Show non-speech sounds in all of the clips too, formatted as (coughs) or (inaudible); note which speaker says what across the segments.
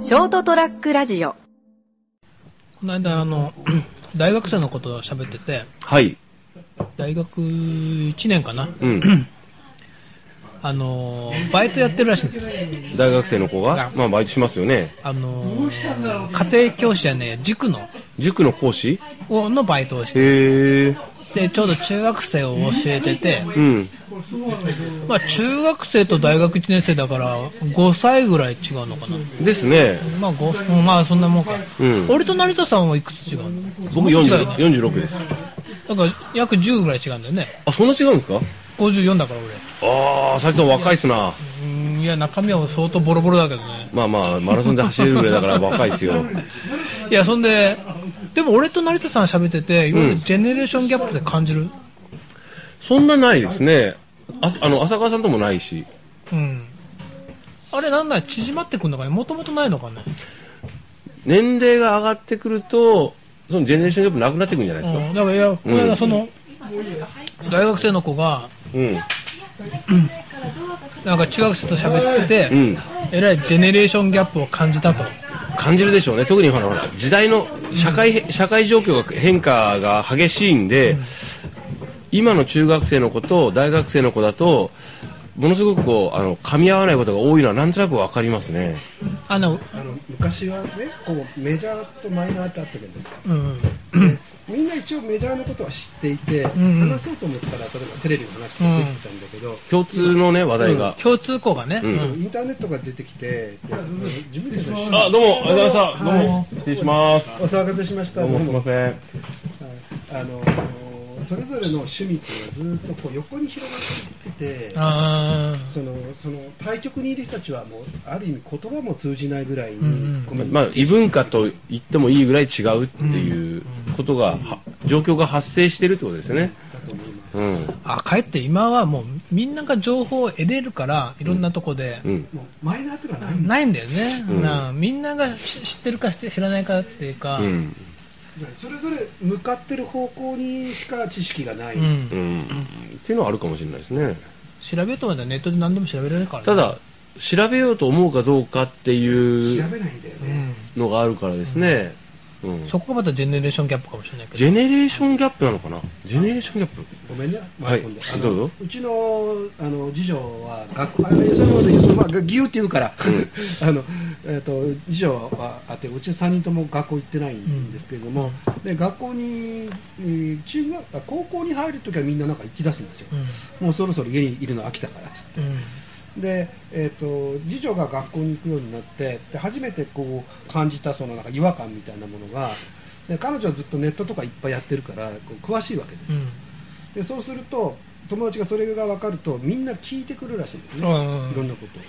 Speaker 1: ショートトラックラジオ
Speaker 2: この間あの (clears throat) 大学生のことを喋ってて
Speaker 3: はい。
Speaker 2: 大学1年かな
Speaker 3: うん。
Speaker 2: あのバイトやってるらしいんですよ
Speaker 3: (coughs) 大学生の子が、まあ、バイトしますよね。
Speaker 2: あの家庭教師じゃねえ塾の
Speaker 3: 塾の講師
Speaker 2: をのバイトをして
Speaker 3: へえ。
Speaker 2: でちょうど中学生を教えてて、
Speaker 3: うん。
Speaker 2: まあ、中学生と大学1年生だから5歳ぐらい違うのかな
Speaker 3: ですね。
Speaker 2: まあ5まあそんなもんか、
Speaker 3: うん
Speaker 2: 俺と成田さんはいくつ違うの
Speaker 3: 僕
Speaker 2: 違う
Speaker 3: 40 46です。
Speaker 2: だから約10ぐらい違うんだよね
Speaker 3: あ、そんな違うんですか
Speaker 2: 54だから
Speaker 3: ああ、最近若いっすな。
Speaker 2: 俺うんいや中身は相当ボロボロだけどね
Speaker 3: まあまあ、マラソンで走れるぐらいだから若いっすよ。
Speaker 2: いやそんででも俺と成田さん喋ってていわゆるジェネレーションギャップで感じる
Speaker 3: そんなないですね。あ、あの、浅川さんともないし。
Speaker 2: うん、あれなんだ縮まってくんのかねもともとないのかね、
Speaker 3: 年齢が上がってくると、そのジェネレーションギャップなくなってくるんじゃないですか。
Speaker 2: うん、だからいやこれはその、大学生の子が
Speaker 3: うん。
Speaker 2: なんか中学生と喋ってて、
Speaker 3: うん
Speaker 2: えらいジェネレーションギャップを感じたと
Speaker 3: 感じるでしょうね特にほらほら時代の社会,、社会状況が変化が激しいんで、今の中学生の子と大学生の子だとものすごくこうあの噛み合わないことが多いのはなんとなくわかりますね
Speaker 2: あの
Speaker 4: あの昔はねこうメジャーとマイナーってあったじゃないですか
Speaker 2: うん
Speaker 4: みんな一応メジャーのことは知っていて、
Speaker 2: んうん
Speaker 4: 話そうと思ったら例えばテレビの話とか出てきたんだけど、
Speaker 3: 共通のね話題が、
Speaker 2: 共通項がね、
Speaker 3: うん
Speaker 4: インターネットが出てきてで自分たちの知
Speaker 3: あどうもありがとうございましたどうも、
Speaker 4: はい
Speaker 3: 失礼します
Speaker 4: お騒がせしました
Speaker 3: どうもすいま
Speaker 4: は
Speaker 3: せん
Speaker 4: いあのそれぞれの趣味っていうのはずっとこう横に広がっていってて
Speaker 2: あ
Speaker 4: そのその対局にいる人たちはもうある意味言葉も通じないぐらいにコミュニ
Speaker 3: まあ異文化と言ってもいいぐらい違うっていうことが、は状況が発生してるってことですよねうん
Speaker 2: ああかえって今はもうみんなが情報を得れるからいろんなとこで、
Speaker 3: うん
Speaker 4: もうマイナーってのはないんだ
Speaker 2: ないんだよね、なあみんなが知知ってるか知知らないかっていうか、
Speaker 3: うん
Speaker 4: それぞれ向かってる方向にしか知識がない、
Speaker 2: うん
Speaker 3: うんっていうのはあるかもしれないですね
Speaker 2: 調べようと思ったらネットで何でも調べられるからね、
Speaker 3: ただ調べようと思うかどうかってい
Speaker 4: 調
Speaker 3: う
Speaker 4: べないんだよ
Speaker 2: う
Speaker 4: ね、
Speaker 2: ん、
Speaker 3: のがあるからですね、うん
Speaker 2: そこがまたジェネレーションギャップかもしれないけど
Speaker 3: ジェネレーションギャップなのかなジェネレーションギャップ
Speaker 4: ごめんね、
Speaker 3: はい
Speaker 4: 割り込んであの
Speaker 3: どうぞ
Speaker 4: うちのあの次女は学校あよそのままよそのままぎゅうって言うから、 (laughs) あのえっ、と次女はあってうち三人とも学校行ってないんですけれども、で学校に、えー中学あ高校に入るときはみんななんか行き出すんですよ、もうそろそろ家にいるの飽きたからっつって。でえー、と次女が学校に行くようになってで初めてこう感じたそのなんか違和感みたいなものがで彼女はずっとネットとかいっぱいやってるからこう詳しいわけです
Speaker 2: う
Speaker 4: よ
Speaker 2: ん
Speaker 4: でそうすると友達がそれが分かるとみんな聞いてくるらしいんですね、
Speaker 2: うんうん
Speaker 4: いろんなことを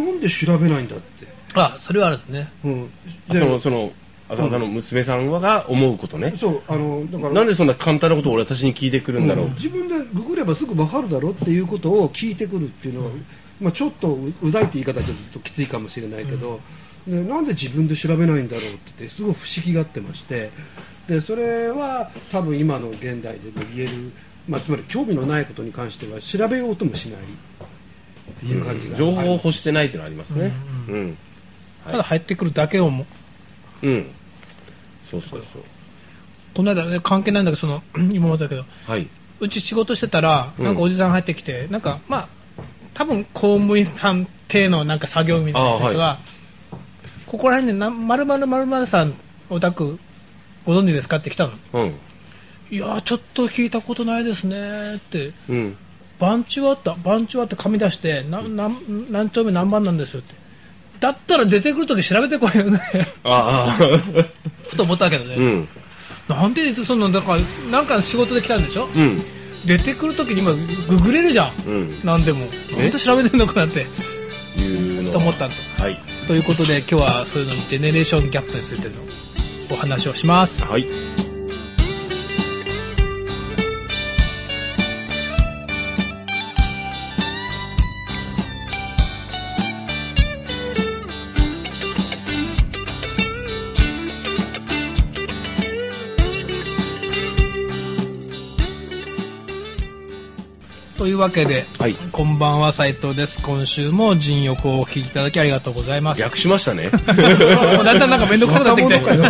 Speaker 4: なんで調べないんだって、
Speaker 2: あそれはあるんですね
Speaker 4: うん、
Speaker 3: あ
Speaker 4: で
Speaker 3: そのその浅野さんの娘さんが思うことね、
Speaker 4: そうあのだから
Speaker 3: なんでそんな簡単なことを俺私に聞いてくるんだろう、
Speaker 4: うん自分でググればすぐ分かるだろうっていうことを聞いてくるっていうのは、まあ、ちょっとううざいって言い方はちょっときついかもしれないけど、でなんで自分で調べないんだろうって言ってすごい不思議がってましてでそれは多分今の現代でも言える、まあ、つまり興味のないことに関しては調べようともしないっていう感じがある、
Speaker 3: 情報を欲してないっていうのはありますねうんうん、
Speaker 2: ただ入ってくるだけをも
Speaker 3: そうそうそう
Speaker 2: この間ね関係ないんだけどその今までだけど
Speaker 3: はいう
Speaker 2: ち仕事してたら
Speaker 3: ん
Speaker 2: なんかおじさん入ってきて、なんかまあ多分公務員さん体のなんか作業員みたいな人が、ここら辺でな〇〇〇〇さんお宅ご存知ですかって来たの
Speaker 3: うん
Speaker 2: いやーちょっと聞いたことないですねーって
Speaker 3: うん
Speaker 2: 番地はあった番地はあって紙出してなな何丁目何番なんですよってだったら出てくるとき調べてこいよね
Speaker 3: あ
Speaker 2: (laughs)
Speaker 3: あ (laughs)
Speaker 2: ふと思ったけどね、
Speaker 3: うん
Speaker 2: なんでそのだからなんかの仕事で来たんでしょ
Speaker 3: うん
Speaker 2: 出てくるときに今ググれるじゃん、
Speaker 3: うん
Speaker 2: 何でも本当調べてんのかなって
Speaker 3: いうのは
Speaker 2: と思ったんだ
Speaker 3: はい
Speaker 2: ということで今日はそういうのジェネレーションギャップについてのお話をします
Speaker 3: はい
Speaker 2: というわけで、
Speaker 3: はい
Speaker 2: こんばんは斉藤です今週も陣横をお聞きいただきありがとうございます
Speaker 3: 訳しました (laughs) ね
Speaker 2: (laughs) もうだんだんなんか面倒くさくなってきて
Speaker 4: 若者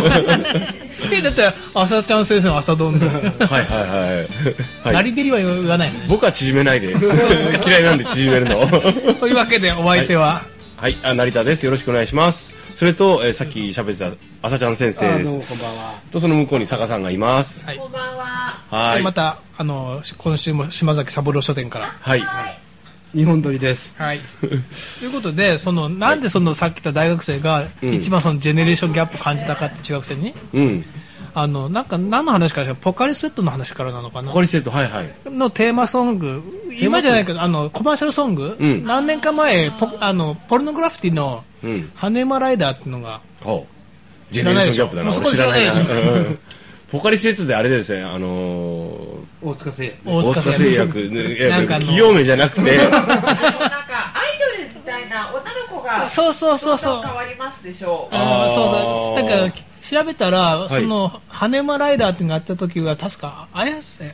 Speaker 2: (laughs) えだって朝ちゃん先生の朝丼で、
Speaker 3: はいはいはい、は、
Speaker 2: ないりでりは言わない
Speaker 3: 僕は縮めないで (laughs) 嫌いなんで縮めるの (laughs)
Speaker 2: というわけでお相手は、
Speaker 3: はいあ成田ですよろしくお願いしますそれと、えーさっき喋ってた朝ちゃん先生
Speaker 4: あ
Speaker 3: で
Speaker 4: どうも
Speaker 3: す
Speaker 4: こんばんは
Speaker 3: とその向こうに坂さんがいます
Speaker 2: はい
Speaker 1: こんばんは。
Speaker 3: はい
Speaker 2: またあの今週も島崎三郎書店から
Speaker 3: はい
Speaker 4: 日本撮りです
Speaker 2: はい、ということでそのなんでそのさっき言った大学生が
Speaker 3: ん
Speaker 2: 一番そのジェネレーションギャップを感じたかって中学生に
Speaker 3: うん
Speaker 2: あのなんか何の話からしたポカリスエットの話からなのかな
Speaker 3: ポカリスエットはいはい
Speaker 2: のテーマソング今じゃないけどあのコマーシャルソング、
Speaker 3: うん
Speaker 2: 何年か前ポあのポルノグラフィティの
Speaker 3: うん
Speaker 2: 「ハネマライダー」っていうのが
Speaker 3: ほうジ
Speaker 2: 知
Speaker 3: ェネ
Speaker 2: ら
Speaker 3: レ
Speaker 2: ないで
Speaker 3: ーシ
Speaker 2: しょ
Speaker 3: ョンギャップだな
Speaker 2: もう
Speaker 3: 俺知らないな
Speaker 2: そこ知ら
Speaker 3: うんポカリスエットであれですねあのー
Speaker 4: 大塚製薬
Speaker 2: 大塚
Speaker 3: 製
Speaker 2: 製
Speaker 3: 薬
Speaker 2: (laughs) 薬
Speaker 3: ねいや
Speaker 2: なんかあの
Speaker 3: 企業名じゃなくて (laughs)
Speaker 1: そうなんかアイドルみたいな女の子が
Speaker 2: そうそうそうそう
Speaker 1: どんどん変わりますでしょう。
Speaker 2: あーそう
Speaker 3: あ
Speaker 2: そう
Speaker 3: ー
Speaker 2: だから調べたら、
Speaker 3: い
Speaker 2: その「ハネマライダー」っていうのがあった時は確か綾瀬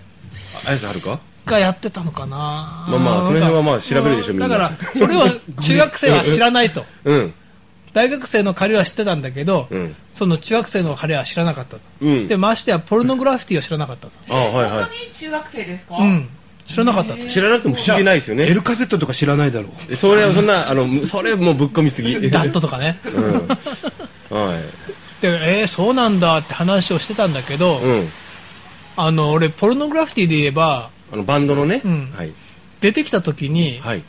Speaker 3: 綾瀬はるか
Speaker 2: がやってたのかな
Speaker 3: まあまあその辺はまあ調べるでしょ
Speaker 2: うん
Speaker 3: みんな
Speaker 2: だからそ
Speaker 3: (laughs)
Speaker 2: れは中学生は知らないと
Speaker 3: うん
Speaker 2: 大学生の彼は知ってたんだけど、
Speaker 3: うん
Speaker 2: その中学生の彼は知らなかったと、
Speaker 3: うん
Speaker 2: でましてやポルノグラフィティは知らなかったと、
Speaker 3: あはい
Speaker 1: 本
Speaker 3: は
Speaker 1: 当に中学生ですか。
Speaker 2: うん、知らなかったと、
Speaker 3: い知らなくても不思議ないですよね
Speaker 4: L カセットとか知らないだろう
Speaker 3: それはそんなあのむそれもうぶっ込みすぎ
Speaker 2: ダットとかね
Speaker 3: うんはい
Speaker 2: でえーそうなんだって話をしてたんだけど、
Speaker 3: うん
Speaker 2: あの俺ポルノグラフィティで言えば
Speaker 3: あのバンドのね
Speaker 2: うん
Speaker 3: はい
Speaker 2: 出てきた時に、
Speaker 3: はい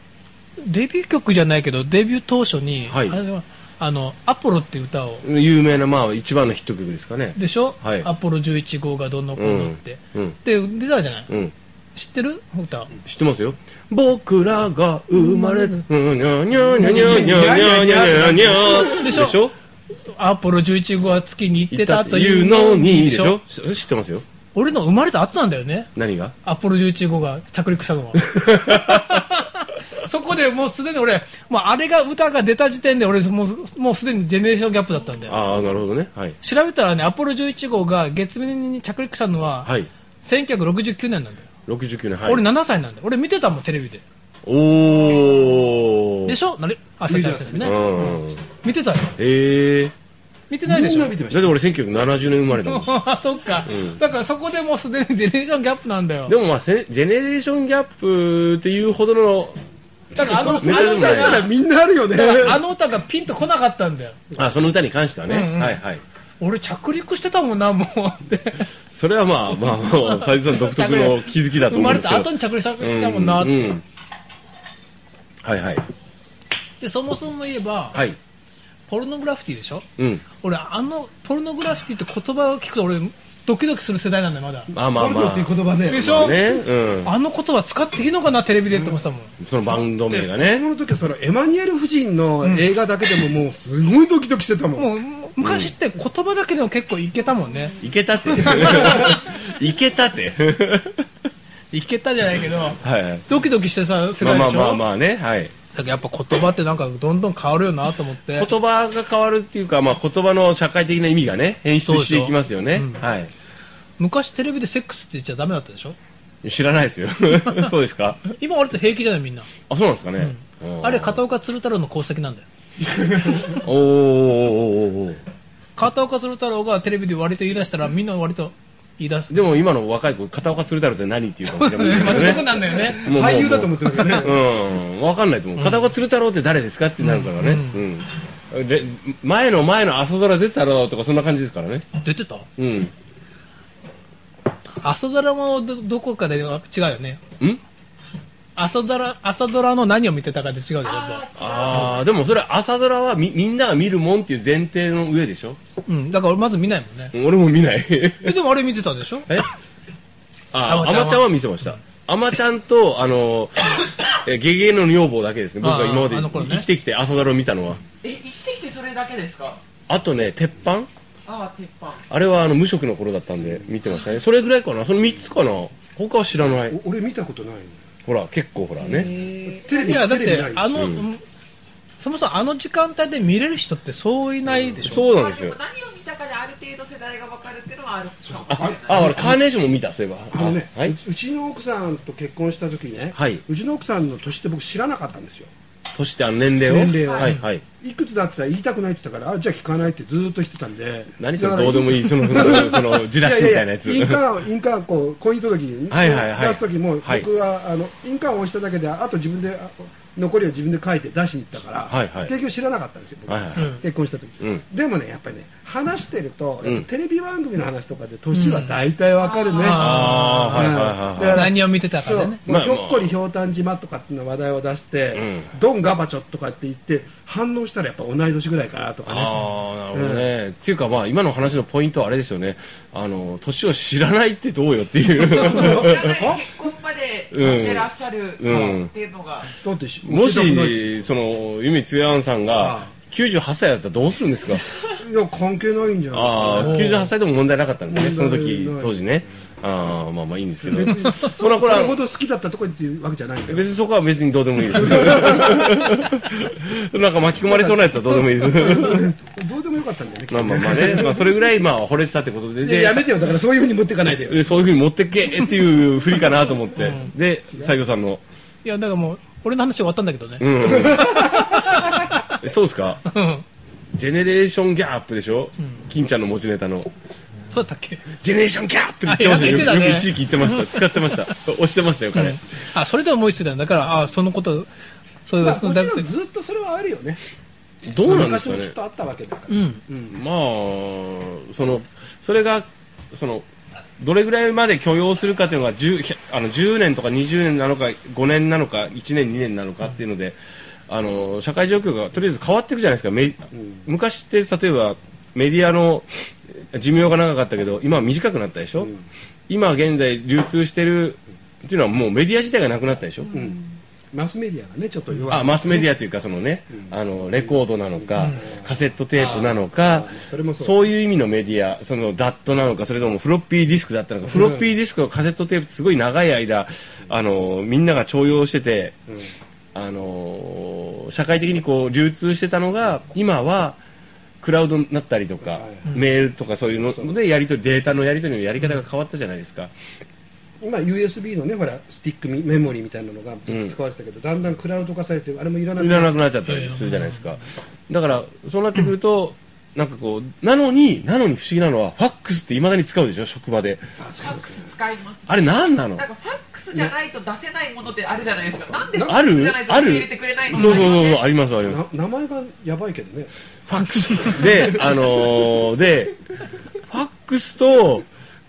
Speaker 2: デビュー曲じゃないけどデビュー当初に、
Speaker 3: はい
Speaker 2: あれはあのアポロっていう歌を
Speaker 3: 有名なまあ一番のヒット曲ですかね
Speaker 2: でしょ、
Speaker 3: はい
Speaker 2: アポロ11号がどんのこうのって、
Speaker 3: うん
Speaker 2: で出たじゃない、
Speaker 3: うん
Speaker 2: 知ってる歌
Speaker 3: 知ってますよ僕らが生まれたうんにゃにゃにゃにゃにゃにゃにゃにゃ
Speaker 2: でしょアポロ11号は月に行ってたとい
Speaker 3: 言
Speaker 2: う
Speaker 3: うのにでしょそれ知ってますよ
Speaker 2: 俺の生まれた後なんだよね
Speaker 3: 何が
Speaker 2: アポロ11号が着陸したのは
Speaker 3: (laughs)
Speaker 2: そこでもうすでに俺もうあれが歌が出た時点で俺もうもうすでにジェネレーションギャップだったんだよ
Speaker 3: ああなるほどねはい
Speaker 2: 調べたらねアポロ11号が月面に着陸したのは、
Speaker 3: はい
Speaker 2: 1969年なんだよ、
Speaker 3: 69年はい
Speaker 2: 俺7歳なんだよ俺見てたもんテレビで
Speaker 3: おお
Speaker 2: でしょなれ朝ちゃん先生ね
Speaker 3: うん
Speaker 2: 見てたよ
Speaker 3: へえ
Speaker 2: 見てないでし
Speaker 4: みん
Speaker 2: ょ
Speaker 4: な見てまし
Speaker 3: だって俺1970年生まれだもん
Speaker 2: あ (laughs) そっか、だからそこでもうすでにジェネレーションギャップなんだよ
Speaker 3: でもまあせジェネレーションギャップっていうほどの
Speaker 2: だからあのあの
Speaker 3: メタル
Speaker 2: 歌
Speaker 3: で
Speaker 2: が
Speaker 3: もな
Speaker 4: た
Speaker 3: い
Speaker 4: したらみんなあるよね
Speaker 2: だからあの歌がピンとこなかったんだよ
Speaker 3: あその歌に関してはね、はいはい
Speaker 2: 俺着陸してたもんなもうって
Speaker 3: それはまあまあまあ斉藤さん独特の気づきだと
Speaker 2: 生
Speaker 3: 思う
Speaker 2: ま
Speaker 3: ん
Speaker 2: れ
Speaker 3: で
Speaker 2: た
Speaker 3: すけ
Speaker 2: 後
Speaker 3: ど
Speaker 2: に着陸してたもんなって、
Speaker 3: うんうんはいはい
Speaker 2: でそもそも言えば、
Speaker 3: はい
Speaker 2: ポルノグラフィティでしょ
Speaker 3: うん
Speaker 2: 俺あのポルノグラフィティって言葉を聞くと俺ドキドキする世代なんだよまだ
Speaker 3: まあまあ
Speaker 4: ポルノ
Speaker 3: ま
Speaker 4: っていう言葉
Speaker 2: で
Speaker 4: で
Speaker 2: し
Speaker 3: あ
Speaker 2: ょ、
Speaker 3: ねう
Speaker 2: あの言葉使っていいのかなテレビでって思ってたもん、
Speaker 3: んそのバンド名がね
Speaker 4: この時はそのエマニュエル夫人の映画だけでももうすごいドキドキしてたもん
Speaker 2: もうもう昔って言葉だけでも結構いけたもんね
Speaker 3: いけた
Speaker 2: (laughs)
Speaker 3: っていけたって
Speaker 2: いけたじゃないけど
Speaker 3: はいはい
Speaker 2: ドキドキしてさ世
Speaker 3: ま
Speaker 2: 代で
Speaker 3: あまあ
Speaker 2: しょ、
Speaker 3: まあまあねはい
Speaker 2: だけどやっぱ言葉ってなんかどんどん変わるよなと思って
Speaker 3: 言葉が変わるっていうか、まあ、言葉の社会的な意味がね変質していきますよね、はい
Speaker 2: 昔テレビでセックスって言っちゃダメだったでしょ
Speaker 3: 知らないですよ (laughs) そうですか
Speaker 2: 今割と平気じゃないみんな
Speaker 3: あそうなんですかね、
Speaker 2: あれ片岡鶴太郎の功績なんだよ
Speaker 3: おーおーおーおーお
Speaker 2: 片岡鶴太郎がテレビで割と言い出したらみんな割と言い出す
Speaker 3: ーでも今の若い子片岡鶴太郎って何っていうかもしれません
Speaker 2: ま
Speaker 3: けど
Speaker 2: たそ
Speaker 3: (laughs)
Speaker 2: こ
Speaker 3: ね
Speaker 2: なんだよね
Speaker 3: もう
Speaker 4: 俳優だと思ってますよね
Speaker 3: うん分かんないと思う片岡鶴太郎って誰ですかってなるからね、うんで前の前の朝ドラ出てたろうとかそんな感じですからね
Speaker 2: 出てた
Speaker 3: うん
Speaker 2: 朝ドラもどどこかで違うよね
Speaker 3: ん
Speaker 2: 朝ドラ朝ドラの何を見てたかで違うじゃんやっ
Speaker 3: ああでもそれ朝ドラはみみんなが見るもんっていう前提の上でしょ
Speaker 2: ぱ、うん、だから俺まず見ないもんね
Speaker 3: 俺も見ない
Speaker 2: えでもあれ見てたでしょ
Speaker 3: えあ
Speaker 2: アマ
Speaker 3: あ
Speaker 2: ちゃんは
Speaker 3: まちゃんは見せましたあまちゃんとあのーえゲゲの女房だけですね僕が今まで
Speaker 2: あーあの頃ね
Speaker 3: 生きてきて朝ドラを見たのは
Speaker 1: え、生きてきてそれだけですか。
Speaker 3: あとね鉄板
Speaker 1: あー、鉄板。
Speaker 3: あれはあの無職の頃だったんで見てましたねそれぐらいかなその3つかな他は知らない
Speaker 4: お俺見たことない
Speaker 3: ほら結構ほらね
Speaker 4: テレ
Speaker 2: い
Speaker 4: ビ
Speaker 2: やだっ
Speaker 4: テレビ
Speaker 2: て
Speaker 4: ない
Speaker 2: あの、うんそもそもあの時間帯で見れる人ってそういないでしょ、
Speaker 3: そうなんですよ
Speaker 1: まあも何を見たかである程系と世代が分かるっていうのはあるかもしれ
Speaker 3: あ
Speaker 1: ない、
Speaker 3: あ、俺、カーネーションも見た、そういえば。
Speaker 4: あのね、。
Speaker 3: あはいう
Speaker 4: ちうちの奥さんと結婚した時ね、
Speaker 3: はいう
Speaker 4: ちの奥さんの年って僕知らなかったんですよ
Speaker 3: 年ってあの年齢を。
Speaker 4: 年齢を
Speaker 3: はい、はい。
Speaker 4: いくつだって言いたくないって言ったからあじゃあ聞かないってずーっと言ってたんで
Speaker 3: 何それ、どうでもいい、その、その、その、じらしみたいなやつ。
Speaker 4: やいやいや印鑑印鑑こう婚姻届に
Speaker 3: はいはいはい
Speaker 4: 出す時も僕
Speaker 3: はい
Speaker 4: はあの印鑑を押しただけであと自分であ残りを自分で書いて出しに行ったから、
Speaker 3: はいはい
Speaker 4: 結局知らなかったんですよ僕
Speaker 3: はいはい
Speaker 4: 結婚した時、
Speaker 3: うん
Speaker 4: でもねやっぱりね話してると、
Speaker 3: うん
Speaker 4: やっぱテレビ番組の話とかで年は大体わかるね、
Speaker 3: ああ、はい、はい、はい。
Speaker 4: だから
Speaker 2: 何を見てたか
Speaker 4: そう
Speaker 2: でね。
Speaker 3: まあ
Speaker 4: ひょっこりひょうたん島とかっていうの話題を出して、
Speaker 3: う
Speaker 4: ドンガバチョとかって言って反応したらやっぱ同い年ぐらいかなとかね
Speaker 3: ああ、なるほどね。っていうか、まあ、今の話のポイントはあれですよね。あの、年を知らないってどうよって
Speaker 4: (laughs)
Speaker 3: いう。
Speaker 1: 知らない結婚までやってらっしゃるっていうのが、
Speaker 4: だってし
Speaker 3: も
Speaker 4: 教えてくれ
Speaker 3: し、その、ゆみつやんさん
Speaker 4: あ
Speaker 3: が
Speaker 4: あ、
Speaker 3: 98歳だったらどうするんですか
Speaker 4: (laughs) いや関係ないんじゃ
Speaker 3: ああ
Speaker 4: ない、
Speaker 3: 98歳でも問題なかったんですね。その
Speaker 4: 問題ない
Speaker 3: 時、当時ね。ああ、まあまあいいんですけ
Speaker 4: です
Speaker 3: ど
Speaker 4: か。別に
Speaker 3: そらこら
Speaker 4: それほど好きだったとこっていうわけじゃないんだよ
Speaker 3: 別にそこは別にどうでもいいです。 (laughs) なんか巻き込まれそうなやつはどうでもいいです。
Speaker 4: (laughs) どうでもよかったんだよねきっ
Speaker 3: まあ
Speaker 4: と
Speaker 3: まあまあね。まあそれぐらい、まあ惚れてたってことで。
Speaker 4: いや
Speaker 3: で
Speaker 4: やめてよだからそういうふうに持っていかないでよ
Speaker 3: でそういうふうに持ってけっていうふりかなと思って。で、西郷さんの。
Speaker 2: いや、だからもう、俺の話終わったんだけどね。
Speaker 3: うん。えそうですか
Speaker 2: うん。
Speaker 3: ジェネレーションギャップでしょ金ちゃんの持ちネタの。
Speaker 2: そうだったっけ
Speaker 3: ジェネレーションギャップって言ってました
Speaker 2: あ
Speaker 3: よ。
Speaker 2: 言ってたね
Speaker 3: よく一時期言ってました。使ってました。押してましたよ、彼。
Speaker 2: あ、それで思いついたんだ。だから、あ、そのこと、そういう、
Speaker 4: まあ
Speaker 2: その
Speaker 4: もち
Speaker 2: 学生
Speaker 4: ろん。ずっとそれはあるよね
Speaker 3: どうなんですか
Speaker 4: 昔もき
Speaker 3: ね
Speaker 4: っとあったわけだか
Speaker 2: うん。
Speaker 3: まあそのそれがそのどれぐらいまで許容するかというのが 10, ひゃあの10年とか20年なのか5年なのか1年2年なのかっていうので、あの社会状況がとりあえず変わっていくじゃないですかメ昔って例えばメディアのえ寿命が長かったけど今は短くなったでしょ、今現在流通してるっていうのはもうメディア自体がなくなったでしょ、
Speaker 4: ら、うんマスメディアがねちょっと弱い
Speaker 3: あマスメディアというかそのね、あのレコードなのか、カセットテープなの
Speaker 4: あ
Speaker 3: か
Speaker 4: ーそれもそう
Speaker 3: いう意味のメディアそのダットなのかそれともフロッピーディスクだったのかフロッピーディスクとカセットテープってすごい長い間あのみんなが重用してて、あの社会的にこう流通してたのが今はクラウドになったりとか、
Speaker 4: いはい
Speaker 3: メールとかそういうのでやり取りデータのやり取りのやり方が変わったじゃないですか、
Speaker 4: 今 USB のねほらスティックミメモリーみたいなのがずっと使われてたけど、だんだんクラウド化されてあれもいらなく
Speaker 3: い
Speaker 4: な
Speaker 3: ら
Speaker 4: る
Speaker 3: なくなっちゃったりするじゃないですかだからそうなってくるとなんかこうなのになのに不思議なのはファックスっていまだに使うでしょ職場で
Speaker 1: ファックス使います
Speaker 3: あれ何なの
Speaker 1: なんかファックスじゃないと出せないものってあるじゃないですか。なんでファ
Speaker 3: あ
Speaker 1: ックスじ
Speaker 3: る
Speaker 1: ゃないと
Speaker 3: あ
Speaker 1: 受け入
Speaker 3: る
Speaker 1: れてくれないの
Speaker 3: そうそうそうそうありますあります
Speaker 4: な名前がやばいけどね
Speaker 3: ファックスであのーでファックスと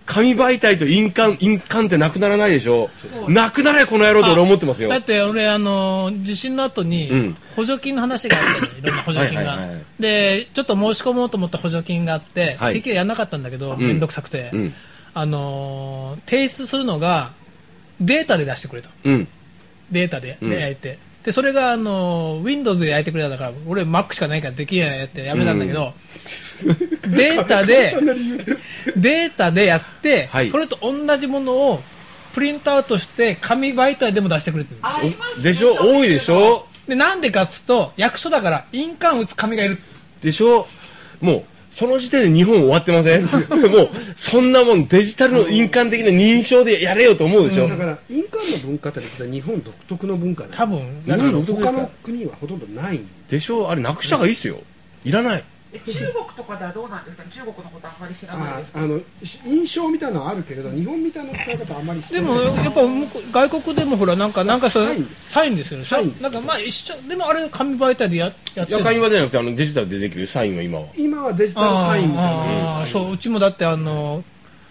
Speaker 3: 紙媒体と印鑑印鑑ってなくならないでしょ
Speaker 1: そう
Speaker 3: なくなれこの野郎と俺思ってますよ
Speaker 2: だって俺、あの、地震の後
Speaker 3: う
Speaker 2: に
Speaker 3: ん、
Speaker 2: 補助金の話があったのよいろんな補助金
Speaker 3: はいはいはいは
Speaker 2: が
Speaker 3: い。
Speaker 2: で、ちょっと申し込もうと思った補助金があって、
Speaker 3: はい
Speaker 2: できるやんなかったんだけど、
Speaker 3: ん
Speaker 2: めんどくさくて
Speaker 3: うん、
Speaker 2: あの、提出するのが、データで出してくれと。
Speaker 3: うん
Speaker 2: データで、
Speaker 3: うん
Speaker 2: で焼いてでそれがあの Windows で焼いてくれたんだから俺 Mac しかないからできないやってやめたんだけど、 (laughs) データ
Speaker 4: (laughs)
Speaker 2: でデータでやって、
Speaker 3: はい
Speaker 2: それと同じものをプリントアウトして紙媒体でも出してくれてる
Speaker 1: あります
Speaker 3: でしょ多いでし。ょ
Speaker 2: でなんでかっつうと役所だから印鑑打つ紙がいる
Speaker 3: でしょもうその時点で日本終わってま
Speaker 4: (laughs)
Speaker 3: せんもうそんなもんデジタルの印鑑的な認証でやれよと思うでしょ、
Speaker 4: だから印鑑の文化って実は日本独特の文化だよ
Speaker 2: 多分
Speaker 3: 日本独特です
Speaker 4: 他
Speaker 3: か
Speaker 4: の国はほとんどない
Speaker 3: でしょあれなくした方がいいっすよいらない
Speaker 1: え中国とかではどうなんですかね。中国のことあんまり知らない
Speaker 4: あ
Speaker 1: です。
Speaker 4: あのし印象みたいなのはあるけれど日本みたいな使い方あんまりして
Speaker 2: で
Speaker 4: ない
Speaker 2: もやっぱ向こう外国でもほらなんかなんかそう
Speaker 4: サインです
Speaker 2: サインですよね
Speaker 4: サインです
Speaker 2: なんかまあ一緒でもあれ紙媒体でややって
Speaker 3: 夜
Speaker 2: る
Speaker 3: 間はじゃなくてあのデジタルでできるサインは今は
Speaker 4: 今はデジタルサインみたいな
Speaker 2: あーあーそううちもだってあの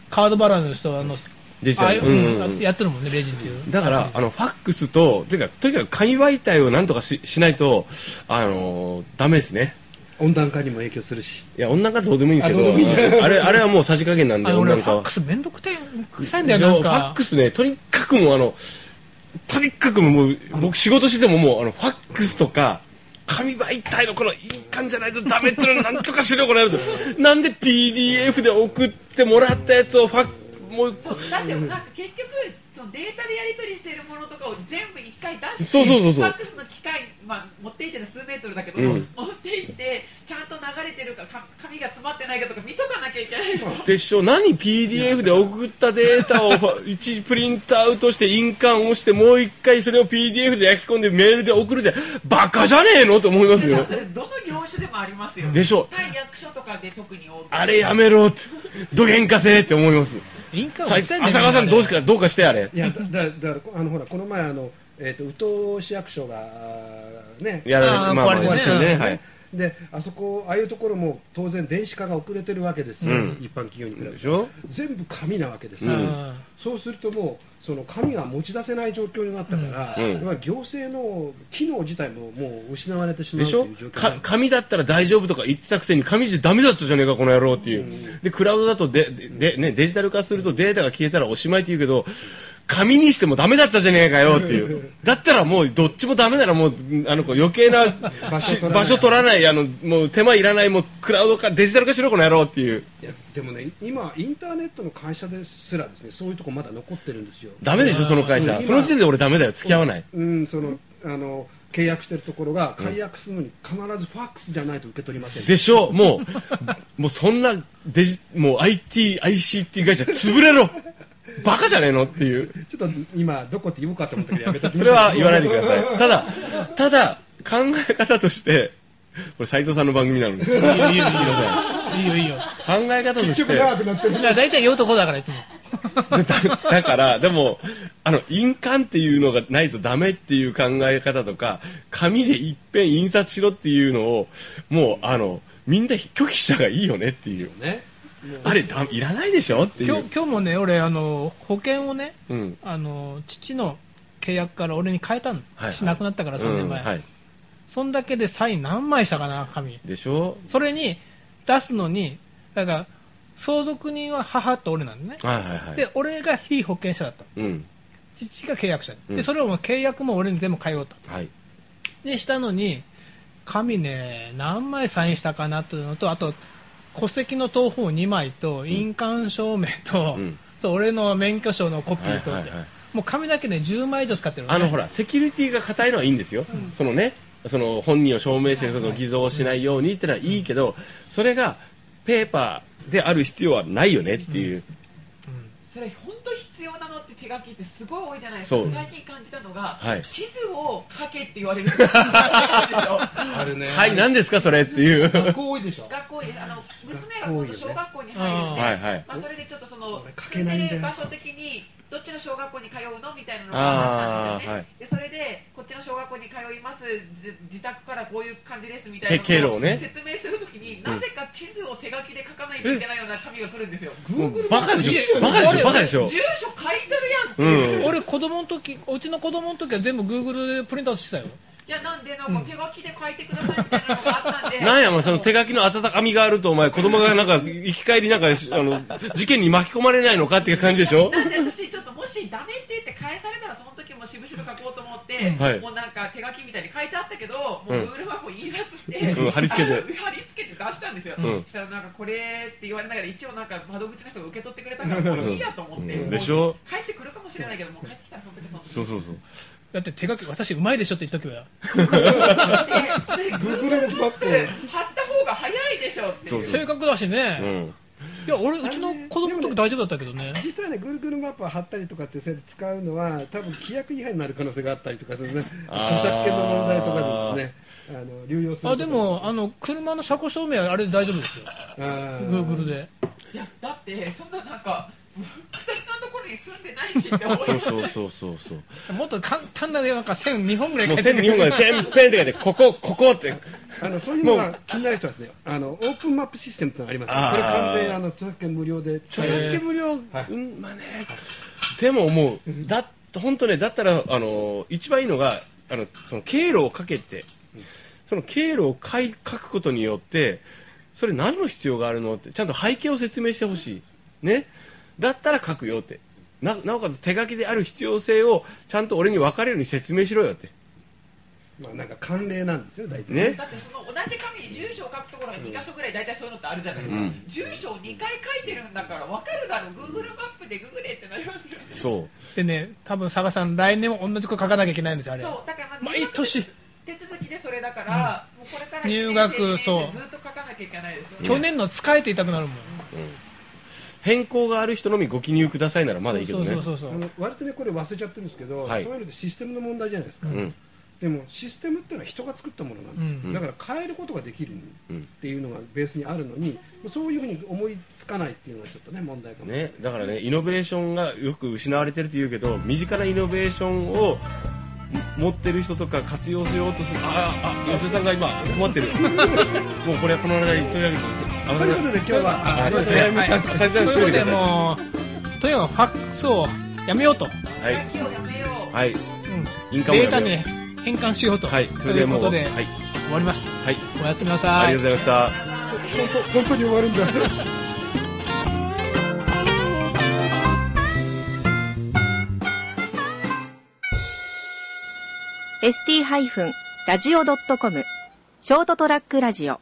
Speaker 2: カードバラの人はあの
Speaker 3: デジタル
Speaker 2: あうん
Speaker 3: うんうんうん
Speaker 2: やってるもんねレジっていう
Speaker 3: だからあのファックスとていうかとにかく紙媒体をなんとかししないとあのーダメですね
Speaker 4: 温暖化にも影響するし
Speaker 3: いや女がどうでもいいんですけ
Speaker 4: あど
Speaker 3: ど
Speaker 4: うでもいいんだ
Speaker 3: あれあれはもうさじ加減なん
Speaker 2: あ
Speaker 3: で
Speaker 2: の
Speaker 3: 女
Speaker 2: 俺
Speaker 3: の
Speaker 2: フ
Speaker 3: 子
Speaker 2: ァッ
Speaker 3: は
Speaker 2: クスめんどくて臭いんだ
Speaker 3: で
Speaker 2: よ
Speaker 3: し
Speaker 2: な
Speaker 3: ょ
Speaker 2: ん
Speaker 3: フ
Speaker 2: か
Speaker 3: ァックスねとにかくもうあのとにかくもう僕仕事しててももうあのファックスとか紙媒体のこの印鑑じゃないとダメっていうのなんとかしろこれなんで PDF で送ってもらったやつをファッもう
Speaker 1: そうだってなんか結局そのデータでやり取りしているものとかを全部一回出して
Speaker 3: そうそうそうそう
Speaker 1: ファックスの機械まあ、持っていってる数メートルだけど、
Speaker 3: うん
Speaker 1: 持っていってちゃんと流れてるかか紙が詰まってないかとか見とかなきゃいけないでしょ
Speaker 3: でしょ何 PDF で送ったデータをファ一時プリントアウトして印鑑をしてもう一回それを PDF で焼き込んでメールで送るでバカじゃねえのと思います
Speaker 1: でも
Speaker 3: よ
Speaker 1: それどの業種でもありますよ
Speaker 3: でしょ
Speaker 1: 対役所とかで特に多く
Speaker 3: あれやめろってどげんかせえって思います
Speaker 2: 印鑑
Speaker 3: さ
Speaker 2: を
Speaker 3: い浅川さんどうしかどうかしてあれ
Speaker 4: いやだだだからこあのほらこの前あの、えー、と宇都市役所があーね
Speaker 3: やられ
Speaker 2: あー
Speaker 3: まあまあ
Speaker 2: 壊れて
Speaker 3: で
Speaker 2: ね
Speaker 3: すよねはい
Speaker 4: であそこああいうところも当然電子化が遅れてるわけですよ、
Speaker 3: うん
Speaker 4: 一般企業に比べ
Speaker 3: で
Speaker 4: て
Speaker 3: しょ
Speaker 4: 全部紙なわけです
Speaker 3: う
Speaker 4: よ、
Speaker 3: ん
Speaker 4: そうするともうその紙が持ち出せない状況になったから、
Speaker 3: うんうん
Speaker 4: いわゆる行政の機能自体ももう失われてし
Speaker 3: で
Speaker 4: まう
Speaker 3: し
Speaker 4: と
Speaker 3: ょ
Speaker 4: いう状況
Speaker 3: か紙だったら大丈夫とか言ってたくせに紙じゃダメだったじゃねえかこの野郎っていう、でクラウドだとででで、ね、デジタル化するとデータが消えたらおしまいって言うけど紙にしてもダメだったじゃねえかよっていうだったらもうどっちもダメならもうあの子余計な
Speaker 4: 場所取らない
Speaker 3: 場所取らないあのもう手間いらないもうクラウド化デジタル化しろこの野郎っていう
Speaker 4: いやでもね今インターネットの会社ですらですねそういうとこまだ残ってるんですよ
Speaker 3: ダメでしょその会
Speaker 4: う
Speaker 3: 社
Speaker 4: ん
Speaker 3: その時点で俺ダメだよ付き合わない、
Speaker 4: うん、そのあの契約してるところが解約するのに必ずファックスじゃないと受け取りません、
Speaker 3: でしょうもうもうそんなデジもう ITICT 会社潰れろバカじゃねえのっていう
Speaker 4: ちょっと今どこって言おうかと思ったけどやめとき
Speaker 3: そ
Speaker 4: ま
Speaker 3: れ
Speaker 4: す
Speaker 3: は言わないでください。ただ、ただ、考え方として、これ斉藤さんの番組なので、すいま
Speaker 2: いいよ
Speaker 3: せん
Speaker 2: いいよいいよいいよ
Speaker 3: 考え方とし
Speaker 4: 結
Speaker 3: て、
Speaker 4: 局長
Speaker 3: だ
Speaker 4: くなってる
Speaker 2: だから大体言うとこだからいつも
Speaker 3: だから、でも、あの、印鑑っていうのがないとダメっていう考え方とか、紙でいっぺん印刷しろっていうのを、もう、あの、みんな拒否したがいいよねっていう。
Speaker 4: ね
Speaker 3: あれ、だいらないでしょってい
Speaker 2: 今
Speaker 3: う
Speaker 2: 日。今日もね俺あの保険をね
Speaker 3: うん。
Speaker 2: あの父の契約から俺に変えたの、
Speaker 3: はい
Speaker 2: 父亡くなったから3
Speaker 3: う
Speaker 2: 年
Speaker 3: ん
Speaker 2: 前、
Speaker 3: はい。
Speaker 2: そんだけでサイン何枚したかな紙
Speaker 3: でしょ
Speaker 2: それに出すのにだから相続人は母と俺なんでね、
Speaker 3: はいはいはい。
Speaker 2: で俺が被保険者だった
Speaker 3: うん。
Speaker 2: 父が契約者で,、
Speaker 3: うん
Speaker 2: それをもう契約も俺に全部変えようと
Speaker 3: はい。
Speaker 2: でしたのに紙ね何枚サインしたかなというのとあと戸籍の当方2枚と印鑑証明と、
Speaker 3: うん
Speaker 2: そう俺の免許証のコピーと、
Speaker 3: はいはいはい
Speaker 2: もう紙だけで10枚以上使ってるの
Speaker 3: あ
Speaker 2: ね
Speaker 3: のほらセキュリティが硬いのはいいんですよ、そのねその本人を証明してその偽造をしないようにってのはいいけど、それがペーパーである必要はないよねっていう、
Speaker 1: それ本当必要なのって手書きってすごい多いじゃないです
Speaker 3: そ
Speaker 1: か
Speaker 3: う
Speaker 1: 最近感じたのが、
Speaker 3: はい
Speaker 1: 地図を書けって言われる学校
Speaker 4: あるね
Speaker 3: はい何ですかそれっていう
Speaker 4: 学校多いでしょ
Speaker 1: にあの娘が今度小学校に入るので、
Speaker 3: はいはい
Speaker 1: まあ、それでちょっとその
Speaker 4: 俺書
Speaker 1: 住
Speaker 4: け
Speaker 1: ん
Speaker 4: ないんだよ
Speaker 1: でる場所的にどっちの小学校に通うのみたいなの
Speaker 3: あー
Speaker 1: があったんですよね、
Speaker 3: はい
Speaker 1: でそれでこっちの小学校に通いますじ自宅からこういう感じですみた
Speaker 3: け経
Speaker 1: いな
Speaker 3: 路
Speaker 1: の
Speaker 3: をね
Speaker 1: 説明するときに、なぜか地図を手書きで書かないといけないような紙が来るんですよ
Speaker 3: バカでしょバカでしょバカでしょ
Speaker 1: 住所書いてるやんっ
Speaker 3: う
Speaker 1: てい
Speaker 3: ん
Speaker 1: う、
Speaker 2: 俺子供の時うちの子供の時は全部 Google でプリントアウトしてたよ
Speaker 1: いやなんでなんか手書きで書いてくださいみたいなのがあったんで
Speaker 3: なんやお前その手書きの温かみがあるとお前子供がなんか生き返りなんかあの事件に巻き込まれないのかっていう感じでしょ
Speaker 1: なんで私ちょっともしダメって言って返されたらその時もしぶしぶ書こうと思って、
Speaker 3: はい
Speaker 1: もうなんか手書きみたいに書いてあったけどもう
Speaker 3: うん
Speaker 1: ウールはこう印刷して、
Speaker 3: うん貼り付けて
Speaker 1: あの (laughs) 貼り付けて出したんですよ、
Speaker 3: うん
Speaker 1: そしたらなんかこれって言われながら一応なんか窓口の人が受け取ってくれたからもういいやと思って、
Speaker 3: うん
Speaker 1: もう
Speaker 3: でしょ
Speaker 1: 帰ってくるかもしれないけどもう帰ってきたらその時はそ
Speaker 3: そう
Speaker 1: の時
Speaker 3: そうそう
Speaker 2: だって手書き私うまいでしょって言っとけばよ
Speaker 1: でそ
Speaker 3: (laughs)
Speaker 1: れ
Speaker 4: Google マップ
Speaker 1: 貼った方が早いでしょって
Speaker 3: そう
Speaker 1: いう
Speaker 3: そう
Speaker 2: 正確だし
Speaker 3: う
Speaker 2: ね、
Speaker 3: ん
Speaker 2: いや俺うちの子供の時大丈夫だったけどね
Speaker 4: 実際ねグルグルマップを貼ったりとかってそれで使うのは多分規約違反になる可能性があったりとかするね
Speaker 3: あー
Speaker 4: 著作権の問題とかでですねあの流用する
Speaker 2: あでもあの車の車庫証明はあれで大丈夫ですよ
Speaker 4: グー
Speaker 2: Google で
Speaker 1: いやだってそんななんか草木さんのところに住んでないしって思いま
Speaker 3: そ
Speaker 1: す
Speaker 3: うそうそうそうそう
Speaker 2: もっと簡単なでなんか線2本ぐらい
Speaker 3: も
Speaker 2: 書
Speaker 3: う
Speaker 2: いて
Speaker 3: 線
Speaker 2: る
Speaker 3: 日本語で
Speaker 2: (laughs)
Speaker 3: ペンペンって書いてここここって
Speaker 4: あのそういうのが気になる人はですねあのオープンマップシステムってのがありますね
Speaker 3: あー
Speaker 4: これ完全にあの著作権無料で
Speaker 3: 著作権無料、
Speaker 4: はい
Speaker 3: うんまあね、でももうだ本当ねだったらあの一番いいのがあのその経路をかけてその経路を書い書くことによってそれ何の必要があるのってちゃんと背景を説明してほしいねだったら書くよってななおかつ手書きである必要性をちゃんと俺に分かるように説明しろよって
Speaker 4: まあ、なんか慣例なんですよ大体
Speaker 3: ね
Speaker 1: だってその同じ紙に住所を書くところが2箇所ぐらい大体そういうのってあるじゃないですか、
Speaker 3: うん
Speaker 1: 住所を2回書いてるんだから分かるだろ Google マップでググれってなりますよね
Speaker 3: そう
Speaker 2: でね多分佐賀さん来年も同じこと書かなきゃいけないんですよあれ
Speaker 1: そうだからまあ
Speaker 2: 毎年
Speaker 1: 手続ききでそれだから、もうこれから
Speaker 2: 入学
Speaker 1: 1年生
Speaker 2: そう
Speaker 1: ずっと書かなきゃいけないでしょ、
Speaker 2: 去年の使えて痛くなるもん
Speaker 3: 変更がある人のみご記入くださいならまだいいけどね
Speaker 2: そうそうそ
Speaker 4: あ
Speaker 2: うそう
Speaker 4: の割とねこれ忘れちゃってるんですけど、
Speaker 3: はい
Speaker 4: そういうのってシステムの問題じゃないですか、
Speaker 3: うん
Speaker 4: でもシステムっていうのは人が作ったものなんですよ、
Speaker 3: うん
Speaker 4: だから変えることができる
Speaker 3: うん
Speaker 4: っていうのがベースにあるのにそういうふうに思いつかないっていうのはちょっとね問題かも、
Speaker 3: ね、だからねイノベーションがよく失われてると言うけど身近なイノベーションを持ってる人とか活用しようとするあああ吉田さんが今困
Speaker 2: (laughs)
Speaker 3: ってるもうこれこの話題取り上げてます
Speaker 4: ということで今日は
Speaker 3: あ
Speaker 4: あ
Speaker 3: りがとうございましたと
Speaker 2: ということ
Speaker 3: く
Speaker 2: で
Speaker 3: ださい
Speaker 2: もうとにかくファックスをやめようと、
Speaker 3: はい
Speaker 1: 書きをやめよう、
Speaker 3: はい印鑑を
Speaker 2: デー
Speaker 3: や
Speaker 2: タ
Speaker 3: め
Speaker 2: に
Speaker 3: よ
Speaker 2: 変換しようと,、
Speaker 3: うはいそ
Speaker 2: と
Speaker 3: れで
Speaker 2: いう
Speaker 3: も
Speaker 2: こ
Speaker 3: う
Speaker 2: と
Speaker 3: はい
Speaker 2: で、終わります
Speaker 3: はい
Speaker 2: おやすみな
Speaker 3: あ
Speaker 2: さ
Speaker 3: り
Speaker 2: い
Speaker 3: がとうございました
Speaker 4: 本当本当に終わるんだ
Speaker 5: ST-radio.com ショートトラックラジオ